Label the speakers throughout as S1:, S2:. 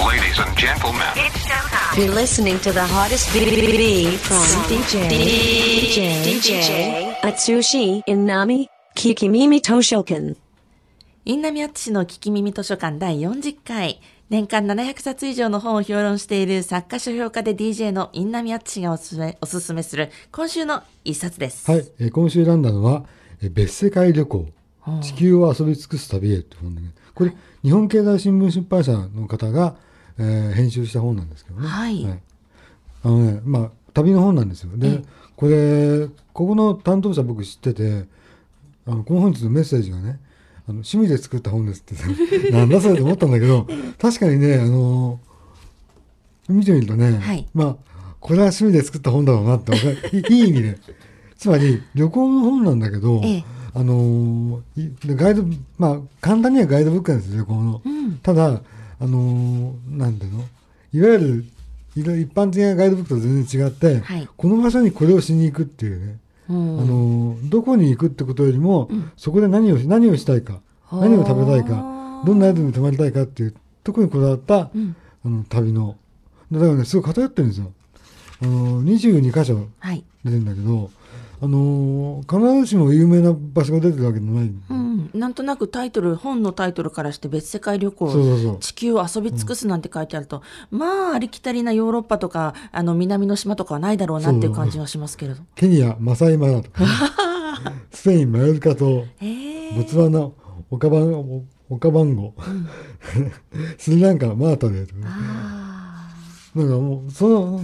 S1: Ladies and gentlemen,
S2: You're listening to the hottest BBB from DJ DJ DJ Atsushi Inami Kikimimi Toshokan.
S3: インナミアツシの聞き耳図書館第40回。年間700冊以上の本を評論している作家書評家で DJ のインナミアツシがおすすめおすすめする今週の一冊です。
S4: はい、えー今週選んだのは、えー別世界旅行、地球を遊び尽くす旅へって本でね、これ、日本経済新聞出版社の方が、えー編集した本なんですけどね。
S3: はい
S4: あのね、まあ、旅の本なんですよ。で、これ、ここの担当者僕知ってて、あのこの本日のメッセージがね、あの趣味で作った本ですってさ なんだそれと思ったんだけど、確かにね、あの見てみるとね、
S3: はい
S4: まあこれは趣味で作った本だろうなってわかるいいい意味でつまり旅行の本なんだけど、
S3: ええ
S4: あのーいガイドまあ簡単にはガイドブックなんですよ旅行の、ただあのーなんていうのいわゆるいろ一般的なガイドブックと全然違って、
S3: はい
S4: この場所にこれをしに行くっていうね、
S3: うん
S4: あのーどこに行くってことよりも、そこで何をし何をしたいか
S3: ほう
S4: 何を食べたいかどんな宿に泊まりたいかっていうとこにこだわった、
S3: ん
S4: あの旅のだからねすごい偏ってるんですよ。あのー22箇所
S3: はい。
S4: 出てんだけど、あのー必ずしも有名な場所が出てるわけじゃない、
S3: うん、なんとなくタイトル、本のタイトルからして別世界旅行、
S4: そうそうそう
S3: 地球を遊び尽くすなんて書いてあると、まあ、ありきたりなヨーロッパとか、あの、南の島とかはないだろうなっていう感じはしますけれど。
S4: ケニアマサイマラとか ね、スペインマヨルカ島
S3: えー
S4: ボツワナオカバンオオカバンゴ、 スリランカマータレとかね、
S3: あ
S4: なんかもうその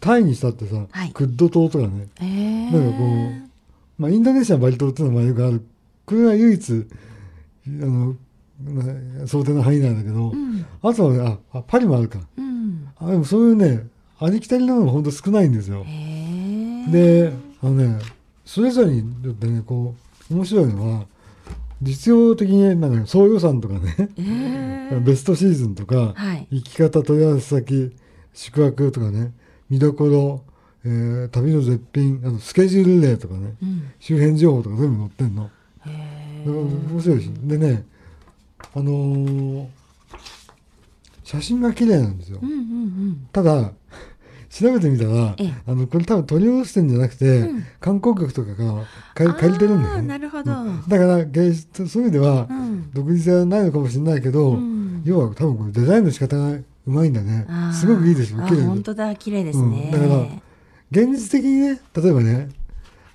S4: タイにしたってさ、
S3: はい
S4: クッド島とかね
S3: ーえー
S4: なんかこう、まあ、インドネシアバリ島っていうのはよくあるこれは唯一あのな想定の範囲なんだけど、あとはねああパリもあるか。
S3: うん。
S4: あでもそういうねありきたりなのが本当少ないんですよ
S3: え。ー
S4: であのねそれぞれによってねこう面白いのは実用的になんか総予算とかね、 ベストシーズンとか、
S3: はい
S4: 行き方問い合わせ先宿泊とかね見どころ、えー旅の絶品あのスケジュール例とかね、周辺情報とか全部載ってんの。だから面白いしでねあのー写真が綺麗なんですよ。
S3: うんうん
S4: ただ調べてみたら
S3: ええ
S4: あのこれ多分取り寄せてんじゃなくて、観光客とかが借り借りてるんだよ
S3: あー
S4: ね
S3: なるほど
S4: うんだから芸術そういう意味では、
S3: ん
S4: 独自性はないのかもしれないけど、
S3: ん
S4: 要は多分これデザインの仕方がうまいんだね
S3: うん。あー
S4: すごくいいでしょ
S3: あ
S4: 綺麗
S3: 本
S4: に
S3: 当だ、綺麗ですね。
S4: うん、だから現実的にね例えばね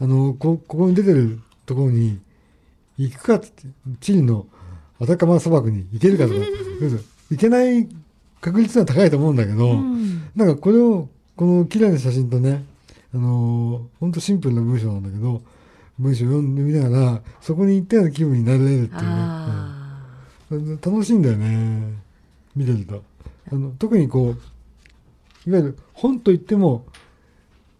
S4: あのこここに出てるところに行くかってチリのアタカマ砂漠に行けるかとか行けない確率は高いと思うんだけど、
S3: うん
S4: なんかこれをこの綺麗な写真とねあのーほんとシンプルな文章なんだけど文章を読んでみながらそこに行ったような気分になれるっていうね、うん
S3: あ
S4: 楽しいんだよね見てるとあの特にこういわゆる本といっても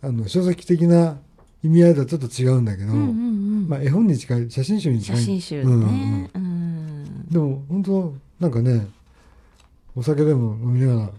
S4: あの書籍的な意味合いとはちょっと違うんだけど、
S3: ーうんうんうん
S4: まあ、絵本に近い写真集に近
S3: 写
S4: い
S3: 真集
S4: うんうん
S3: ね。うん
S4: でも本当なんかねお酒でも飲みながら、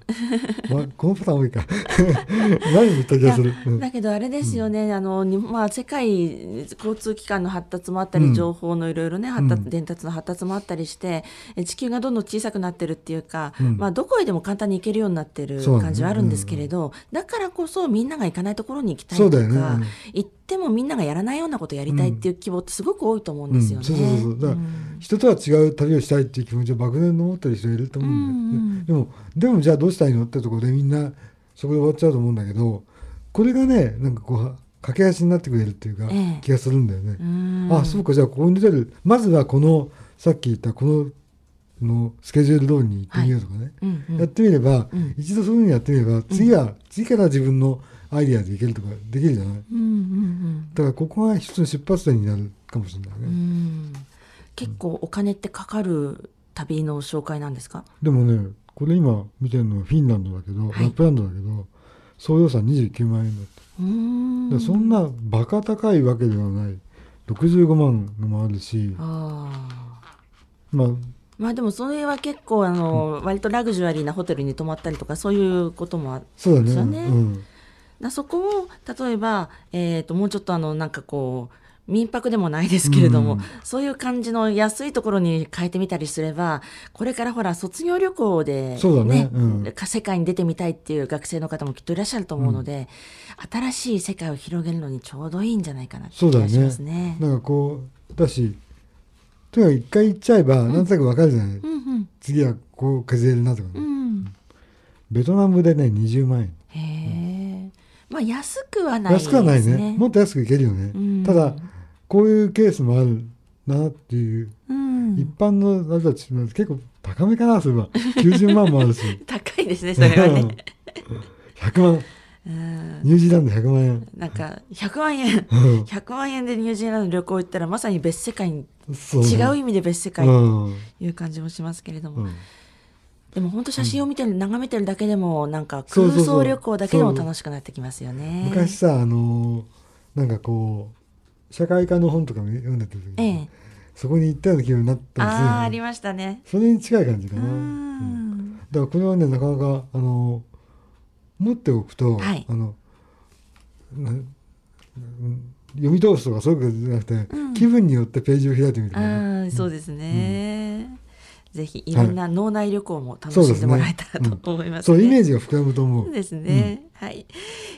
S4: ま、このパターン多いか前にも言った気がする、うん
S3: だけどあれですよね、あのにまあ、世界交通機関の発達もあったり、
S4: うん
S3: 情報のいろいろね発達、
S4: うん
S3: 伝達の発達もあったりしてえ地球がどんどん小さくなってるっていうか、
S4: うん
S3: まあ、どこへでも簡単に行けるようになってる
S4: そうなんだ
S3: 感じはあるんですけれどだ,、からこそみんなが行かないところに行きたい
S4: そ
S3: と
S4: う
S3: か、
S4: だよねうん
S3: 行ってもみんながやらないようなことやりたいっていう希望ってすごく多いと思うんですよね。
S4: うんそうそうそうそうだから人とは違う旅をしたいっていう気持ちを漠然と思ってる人いると思うんだよ、ねでもでもじゃあどうしたいのってところでみんなそこで終わっちゃうと思うんだけどこれがねなんかこう架け橋になってくれるっていうか、
S3: ええ
S4: 気がするんだよね、
S3: うん
S4: あそうかじゃあここに出てるまずはこのさっき言ったこののスケジュール通りに行ってみようとかね、
S3: うんうん
S4: やってみれば、
S3: うん
S4: 一度そういうふうにやってみれば次は、次から自分のアイディアでいけるとかできるじゃない
S3: うんうん
S4: だからここが一つの出発点になるかもしれないね、
S3: うんうん結構お金ってかかる旅の紹介なんですか
S4: でもねこれ今見てるのはフィンランドだけど、
S3: はい
S4: ラップランドだけど総予算29万円だって、
S3: うーん
S4: だからそんなバカ高いわけではない65万のもあるし
S3: ああ
S4: まあ
S3: まあでもそれは結構あの割とラグジュアリーなホテルに泊まったりとかそういうこともあ
S4: そうだ
S3: そうだ
S4: ね
S3: ね
S4: うん、
S3: だそこを例えば、えー、ともうちょっとあのなんかこう民泊でもないですけれども、
S4: うん
S3: そういう感じの安いところに変えてみたりすればこれからほら卒業旅行で、
S4: そうだねうん
S3: か世界に出てみたいっていう学生の方もきっといらっしゃると思うので、新しい世界を広げるのにちょうどいいんじゃないかなって気
S4: そうだよ
S3: がしま
S4: ね
S3: すね。
S4: なんかこうだしとにかく一回行っちゃえばなんとなくわかるじゃない、
S3: うんうん
S4: 次はこう削れるなとかね、
S3: うん
S4: ベトナムでね20万円
S3: へえ、まあ安くはないです
S4: 安
S3: ね。
S4: くはないねもっと安くいけるよね、
S3: うん
S4: ただこういうケースもあるなっていう、
S3: うん
S4: 一般の私たちも結構高めかなすれば90万 もあるし
S3: 高いですね、それはね。
S4: 100万
S3: うん
S4: ニュージーランド100万円
S3: なんか、100万円、
S4: うん
S3: 100万円でニュージーランド旅行行ったら、まさに別世界に、
S4: そ
S3: 違う
S4: 意
S3: 意味で別世界
S4: う
S3: と
S4: ん、うん
S3: いう感じもしますけれども、でも本当写真を見てる、眺めてるだけでも、なんか
S4: そう
S3: 空
S4: そうそう
S3: 想旅行だけでも楽しくなってきますよね。
S4: 昔さあのーなんかこう社会科の本とかも読んでた時に、
S3: ええ。
S4: そこに行ったような気分になったりするよね
S3: ああ、ありましたね。
S4: それに近い感じか
S3: う
S4: な、うん
S3: ん。
S4: だからこれはねなかなかあの持っておくと、
S3: はい
S4: あのなな読み通すとかそういうことじゃなくて、
S3: うん
S4: 気分によってページを開いてみるとかね、
S3: ああ、そうですね。ぜひ、いろんな脳内旅行も楽しんでもらえたらと思います
S4: そう
S3: ね。
S4: イメージが膨らむと思
S3: そう
S4: う。
S3: ですね、はい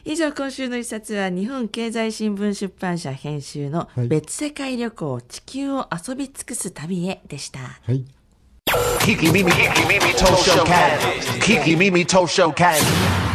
S3: 以上今週の一冊は日本経済新聞出版社編集の
S4: はい
S3: 別世界旅行地球を遊び尽くす旅へでした
S4: はい
S1: Kiki Mimi Tosho Cat. Kiki Mimi Tosho Cat.